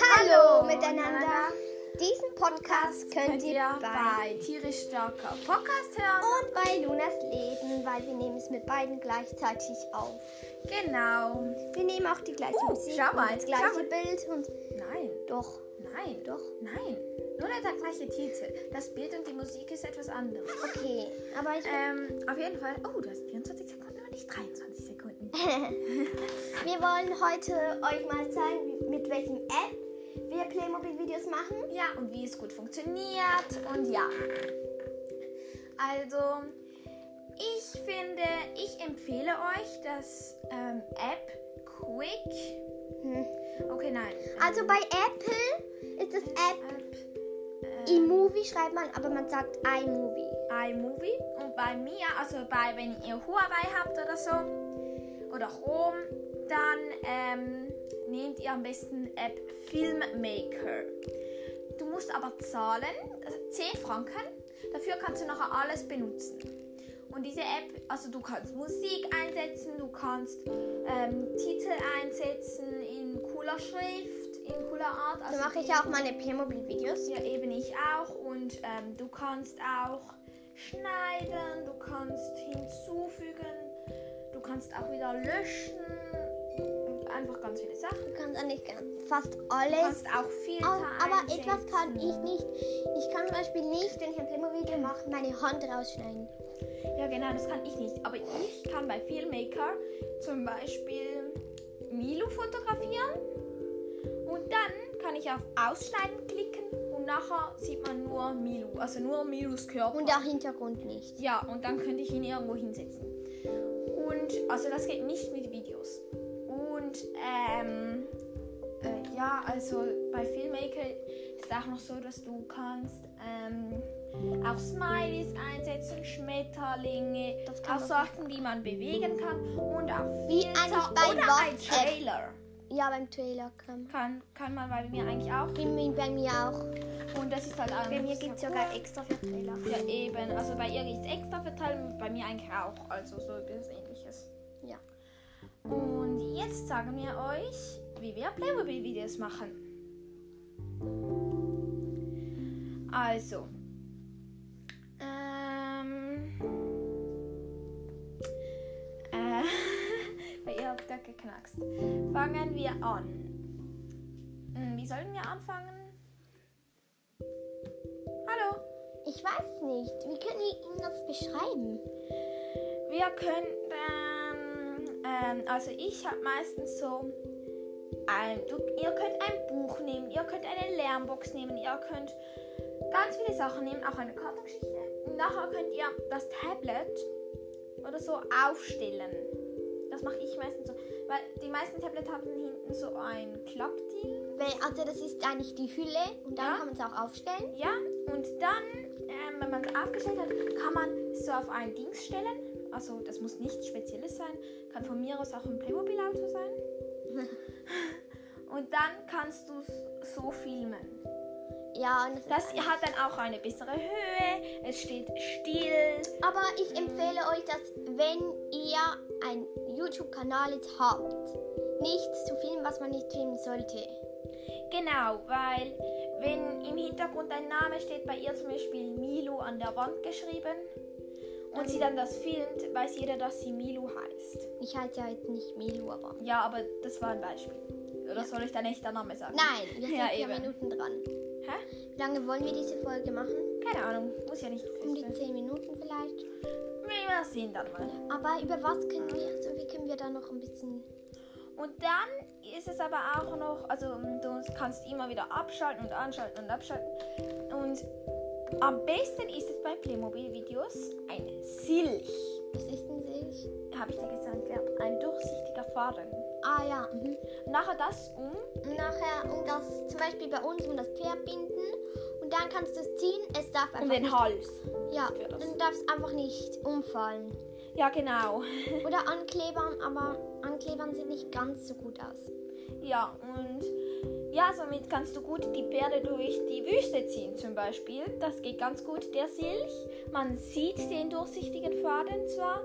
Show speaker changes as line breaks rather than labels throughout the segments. Hallo miteinander. Diesen Podcast könnt ihr Oh. bei
Tierisch Starker Podcast hören.
und bei Lunas Leben, weil wir nehmen es mit beiden gleichzeitig auf.
Genau.
Wir nehmen auch die gleiche
Oh,
Musik,
schau
und
mal,
das gleiche
schau mal.
Bild und
Nein,
doch,
nein,
doch.
nein. Nur der gleiche Titel. Das Bild und die Musik ist etwas anderes.
Okay, aber ich,
Ähm, auf jeden Fall. Oh, du hast 24 Sekunden und nicht 23 Sekunden.
wir wollen heute euch mal zeigen, wie- mit welchem App wir Playmobil Videos machen.
Ja, und wie es gut funktioniert und ja. Also, ich finde, ich empfehle euch das ähm, App Quick.
Hm.
Okay, nein.
Also bei Apple ist das App
App
Äh. iMovie schreibt man, aber man sagt iMovie.
iMovie und bei mir, also bei wenn ihr Huawei habt oder so oder Chrome, dann ähm, nehmt ihr am besten App Filmmaker. Du musst aber zahlen, also 10 Franken. Dafür kannst du nachher alles benutzen. Und diese App, also du kannst Musik einsetzen, du kannst ähm, Titel einsetzen in cooler Schrift, in cooler Art.
So
Also
mache ich
die-
ja auch meine Playmobil Videos.
ja, eben ich auch. Und ähm, du kannst auch schneiden, du kannst hinzufügen, du kannst auch wieder löschen. Und einfach ganz viele Sachen.
Du kannst eigentlich ganz- fast
Du
alles
kannst auch Filter
Au- aber
einsetzen.
etwas kann ich nicht. Ich kann zum Beispiel nicht, wenn ich ein
Hm.
Playmobil-Video mache, meine Hand rausschneiden.
Ja, genau, das kann ich nicht. Aber ich kann bei Filmmaker zum Beispiel Milo fotografieren. Und dann kann ich auf Ausschneiden klicken und nachher sieht man nur Milo. Also nur Milos Körper.
Und der Hintergrund nicht.
Ja, und dann könnte ich ihn irgendwo hinsetzen. Und also das geht nicht mit Videos. Und ähm, äh, ja, also bei Filmmaker ist auch noch so, dass du kannst ähm, auch Smileys einsetzen, Schmetterlinge,
Das kann
auch
man-
Sachen, die man bewegen kann und auch
Wie
Filter
eigentlich bei
oder ein
WhatsApp.
Trailer.
Ja, beim Trailer kann.
Kann, kann man bei mir eigentlich auch.
Bei mir- bei mir auch.
Und das ist halt auch
Bei mir gibt es sogar extra für Trailer.
Ja, eben. Also bei ihr gibt es extra verteilt, bei mir eigentlich auch. Also so etwas ähnliches.
Ja.
Und jetzt sagen wir euch, wie wir Playmobil-Videos machen. Also. Ähm. Äh, bei ihr hat's gerade geknackst. Fangen wir an. Hm, Wie sollen wir anfangen? Hallo?
Ich weiß nicht. Wie können wir ihm das beschreiben?
Wir könnten, ähm, also ich habe meistens so, ein, du, ihr könnt ein Buch nehmen, ihr könnt eine Lernbox nehmen, ihr könnt ganz viele Sachen nehmen, auch eine Kartengeschichte. Und Nachher könnt ihr das Tablet oder so aufstellen. Das mache ich meistens so, weil die meisten Tablets haben hinten so ein Klappdeal.
Weil, also das ist eigentlich die Hülle und dann
Ja.
kann man es auch aufstellen.
Ja, und dann, ähm, wenn man es aufgestellt hat, kann man es so auf ein Dings stellen. Also, das muss nichts Spezielles sein. Kann von mir aus auch ein Playmobil-Auto sein. und dann kannst du es so filmen.
Ja, und das
Das hat dann auch eine bessere Höhe. Es steht still.
Aber ich empfehle euch, dass wenn ihr einen YouTube-Kanal jetzt habt, nichts zu filmen, was man nicht filmen sollte.
Genau, weil wenn im Hintergrund ein Name steht, bei ihr zum Beispiel Milo an der Wand geschrieben und sie dann das filmt, weiß jeder, dass sie Milo heißt.
Ich heiße ja jetzt nicht Melu, aber.
Ja, aber das war ein Beispiel. Oder soll ich dein echter Name sagen?
Nein, wir sind
Ja,
vier
eben.
Minuten dran.
Hä?
Wie lange wollen wir diese Folge machen?
Keine Ahnung, muss ja nicht
Um die
wissen.
zehn Minuten vielleicht.
Wir sehen dann mal.
Aber über was können wir, also wie können wir da noch ein bisschen.
Und dann ist es aber auch noch, also du kannst immer wieder abschalten und anschalten und abschalten. Und am besten ist es bei Playmobil-Videos ein Silch.
Was ist denn Silch?
Habe ich dir gesagt, ja, ein durchsichtiger Faden.
Ah ja. Mhm.
Nachher das um.
Und nachher um das, zum Beispiel bei uns, um das Pferd binden. Und dann kannst du es ziehen, es darf einfach
Um den
nicht.
Hals.
Ja,
für das.
dann darf es einfach nicht umfallen.
Ja, genau.
Oder anklebern, aber anklebern sieht nicht ganz so gut aus.
Ja, und ja, somit kannst du gut die Pferde durch die Wüste ziehen zum Beispiel. Das geht ganz gut, der Silch. Man sieht den durchsichtigen Faden zwar,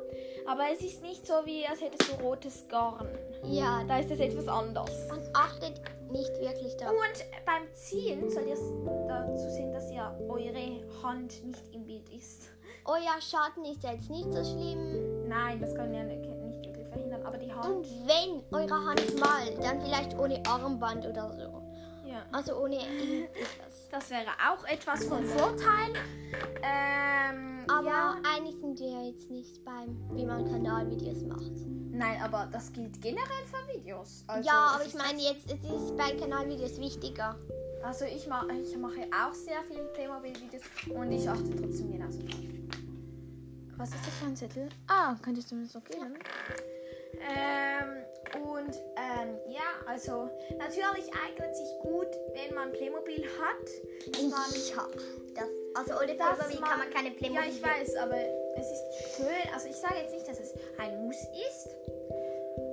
Aber es ist nicht so, wie als hättest du rotes Garn.
Ja,
Da ist es etwas anders.
man achtet nicht wirklich darauf.
Und beim Ziehen sollt ihr s- dazu sehen, dass ja eure Hand nicht im Bild ist.
Euer Schatten ist ja jetzt nicht so schlimm.
Nein, das können wir nicht nicht wirklich verhindern, aber die Hand.
Und wenn eure Hand mal, dann vielleicht ohne Armband oder so.
Ja.
Also ohne irgendetwas.
Das wäre auch etwas von Vorteil. Ähm,
Aber
ja.
eigentlich sind wir jetzt nicht beim, wie man Kanalvideos macht.
Nein, aber das gilt generell für Videos. Also
ja,
es
aber
ist
ich meine jetzt, es ist bei Kanalvideos wichtiger.
Also ich, ma ich mache auch sehr viele Playmobil-Videos und ich achte trotzdem genauso drauf. Was ist das für ein Zettel? Ah, könntest du mir das noch geben? Ähm, und ähm, ja, also natürlich eignet sich gut, wenn man Playmobil hat. Dass man,
Ja, das, also ohne
dass
Playmobil kann man keine Playmobil.
Ja, ich weiß, aber es ist schön. Also ich sage jetzt nicht, dass es ein Muss ist,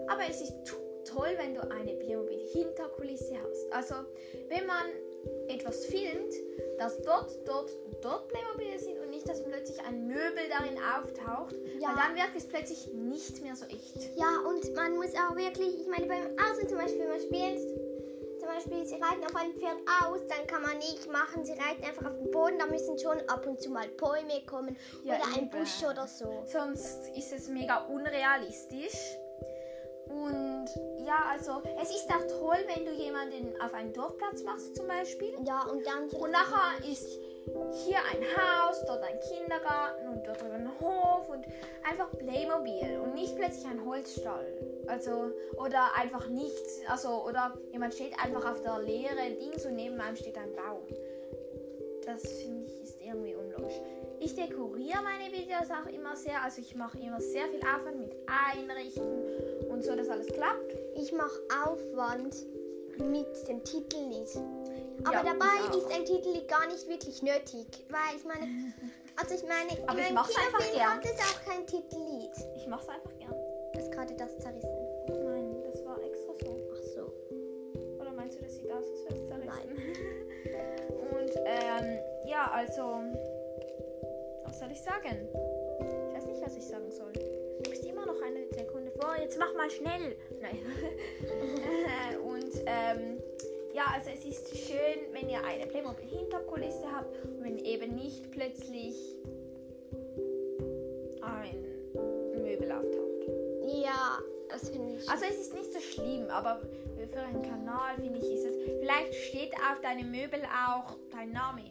aber es ist to- toll, wenn du eine Playmobil-Hinterkulisse hast. Also wenn man etwas filmt, dass dort, dort, dort Playmobil sind und nicht, dass plötzlich ein Möbel darin auftaucht,
Ja.
weil dann wirkt es plötzlich nicht mehr so echt.
Ja, und man muss auch wirklich, ich meine, beim Außen zum Beispiel, man spielt, zum Beispiel, sie reiten auf einem Pferd aus, dann kann man nicht machen, sie reiten einfach auf den Boden, da müssen schon ab und zu mal Bäume kommen
Ja,
oder ein
eben.
Busch oder so.
Sonst ist es mega unrealistisch. Und ja, also es ist auch toll, wenn du jemanden auf einen Dorfplatz machst zum Beispiel.
Ja, und dann
Und nachher ist hier ein Haus, dort ein Kindergarten und dort drüben ein Hof und einfach Playmobil und nicht plötzlich ein Holzstall. Also, oder einfach nichts, also, oder jemand steht einfach auf der leeren Dings und neben einem steht ein Baum. Das finde ich ist irgendwie unlogisch. Ich dekoriere meine Videos auch immer sehr, also ich mache immer sehr viel Aufwand mit Einrichten und so, dass alles klappt.
ich mache Aufwand mit dem Titellied. Aber
Ja, ich
dabei
auch.
ist ein Titellied gar nicht wirklich nötig, weil ich meine, also ich meine, in
Aber ich
meinem
mach's einfach
Kinofilm
gern.
gab es auch kein Titellied.
Ich mache es einfach gern.
Ist gerade das zerrissen.
Nein, das war extra so.
Ach so.
Oder meinst du, das sieht aus, als wäre es zerrissen? Und ähm, ja, also, was soll ich sagen? Ich weiß nicht, was ich sagen soll. Du bist immer noch eine Sekunde vor. Jetzt mach mal schnell. Nein. Äh, Und ähm, ja, also es ist schön, wenn ihr eine Playmobil-Hinterkulisse habt und wenn eben nicht plötzlich ein Möbel auftaucht.
Ja, das finde ich.
Also es ist nicht so schlimm, aber für einen Kanal finde ich ist es. Vielleicht steht auf deinem Möbel auch dein Name.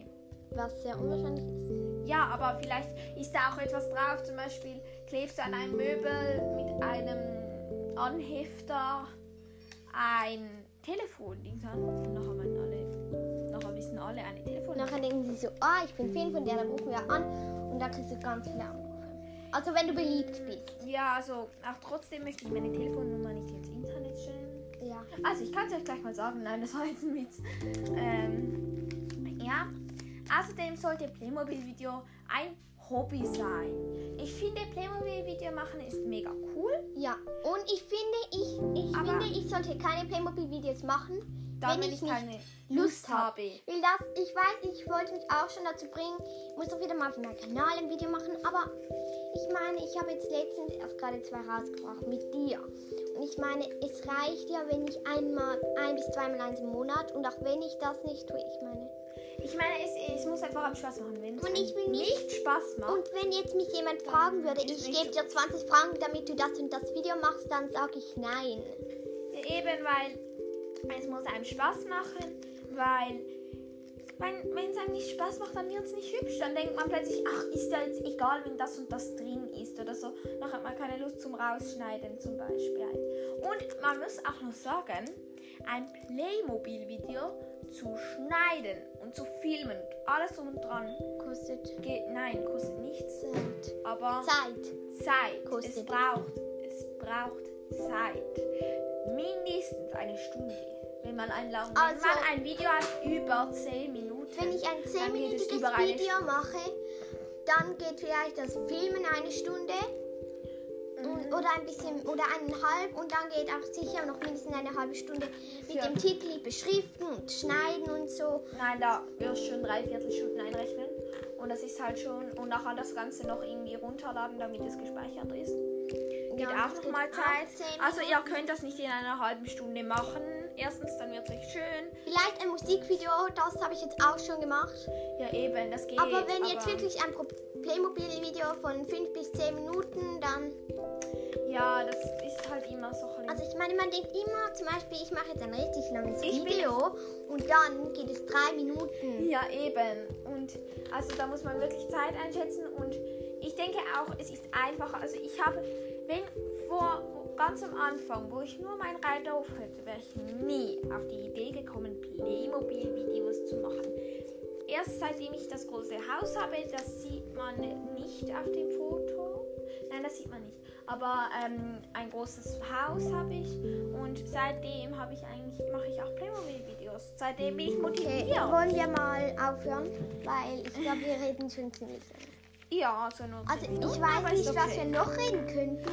was sehr unwahrscheinlich ist.
Ja, aber vielleicht ist da auch etwas drauf. Zum Beispiel klebst du an einem Möbel mit einem Anhefter ein Telefon. Dings an. Und nachher meinen alle, nachher wissen alle eine Telefon.
Und nachher denken sie so, ah, ich bin Fan von der, dann rufen wir an und dann kriegst du ganz viele Anrufe. Also wenn du beliebt bist.
Ja, also auch trotzdem möchte ich meine Telefonnummer nicht ins Internet stellen.
Ja.
Also ich kann es euch gleich mal sagen, nein, das war jetzt ein Witz. Ähm, ja, außerdem sollte Playmobil-Video ein Hobby sein. Ich finde Playmobil-Video machen ist mega cool.
Ja. Und ich finde, ich, ich
Aber-
finde, ich sollte keine Playmobil-Videos machen,
Dann,
wenn, ich, nicht
keine
Lust
Lust habe.
will das. Ich weiß, ich wollte mich auch schon dazu bringen. Ich muss doch wieder mal für meinen Kanal ein Video machen, aber ich meine, ich habe jetzt letztens erst gerade zwei rausgebracht mit dir. Und ich meine, es reicht ja, wenn ich einmal, ein bis zweimal eins im Monat und auch wenn ich das nicht tue, ich meine.
Ich meine, es, es muss einfach am Spaß machen. Wenn es
Und ich will nicht-
nicht Spaß macht,
Und wenn jetzt mich jemand fragen würde,
Ist
ich
nicht
gebe
so-
dir 20 Franken, damit du das und das Video machst, dann sage ich nein.
Eben, weil es muss einem Spaß machen, weil wenn es einem nicht Spaß macht, dann wird es nicht hübsch. Dann denkt man plötzlich, ach, ist ja jetzt egal, wenn das und das drin ist oder so. Dann hat man keine Lust zum Rausschneiden zum Beispiel. Und man muss auch noch sagen, ein Playmobil-Video zu schneiden und zu filmen und alles drum und dran
Kostet
geht, nein, kostet nichts,
Zeit.
aber...
Zeit.
Zeit.
Kostet
es
es.
braucht, es braucht Zeit. Mindestens eine Stunde. Wenn man ein, lang,
Also-
wenn man ein Video hat über 10 Minuten.
Wenn ich ein
dann geht es
10-minütiges
über eine
Video mache, dann geht vielleicht das Filmen eine Stunde
Mhm.
und, oder ein bisschen oder eineinhalb und dann geht auch sicher noch mindestens eine halbe Stunde mit
Ja.
dem Titel beschriften und schneiden und so.
Nein, da wirst du schon drei Viertelstunden einrechnen. Und das ist halt schon. Und nachher das Ganze noch irgendwie runterladen, damit es gespeichert ist. Geht
Ja,
auch
das
noch mal
geht
Zeit.
18
Also ihr könnt das nicht in einer halben Stunde machen. Erstens, dann wird es nicht schön.
Vielleicht ein Musikvideo, das habe ich jetzt auch schon gemacht.
Ja eben, das geht.
aber wenn jetzt
aber-
wirklich ein Pro- Playmobil-Video von 5 bis 10 Minuten, dann.
Ja, das ist halt immer so ein
Also ich meine, man denkt immer, zum Beispiel, ich mache jetzt ein richtig langes
Ich bin-
Video und dann geht es drei Minuten.
Ja, eben. Und also da muss man wirklich Zeit einschätzen und ich denke auch, es ist einfacher. Also ich habe, wenn vor ganz am Anfang, wo ich nur meinen Reiterhof hätte, wäre ich nie auf die Idee gekommen, Playmobil-Videos zu machen. Erst seitdem ich das große Haus habe, das sieht man nicht auf dem Foto. Nein, das sieht man nicht. Aber ähm, ein großes Haus habe ich und seitdem habe ich eigentlich mache ich auch Playmobil-Videos. Seitdem bin ich
Okay,
motiviert.
wollen wir mal aufhören, weil ich glaube, wir reden schon ziemlich lange.
Ja, also nur zehn
Also ich
Minuten,
weiß
aber ist
nicht, was wir
okay.
noch reden könnten.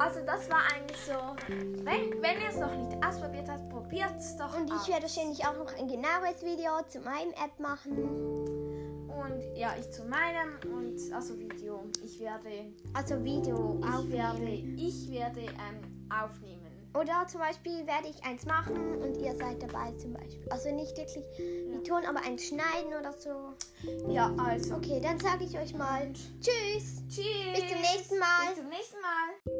Also das war eigentlich so. Wenn, wenn ihr es noch nicht ausprobiert habt, probiert es doch
Und
aus.
ich werde wahrscheinlich auch noch ein genaues Video zu meinem App machen.
Und ja, ich zu meinem und also Video. Ich werde,
Also Video
ich werde,
aufnehmen.
ich werde ähm, aufnehmen.
Oder zum Beispiel werde ich eins machen und ihr seid dabei zum Beispiel. Also nicht wirklich mit Ton, aber eins schneiden oder so.
Ja, also
Okay, dann sage ich euch mal Tschüss.
tschüss.
Bis zum nächsten Mal.
Bis zum nächsten Mal.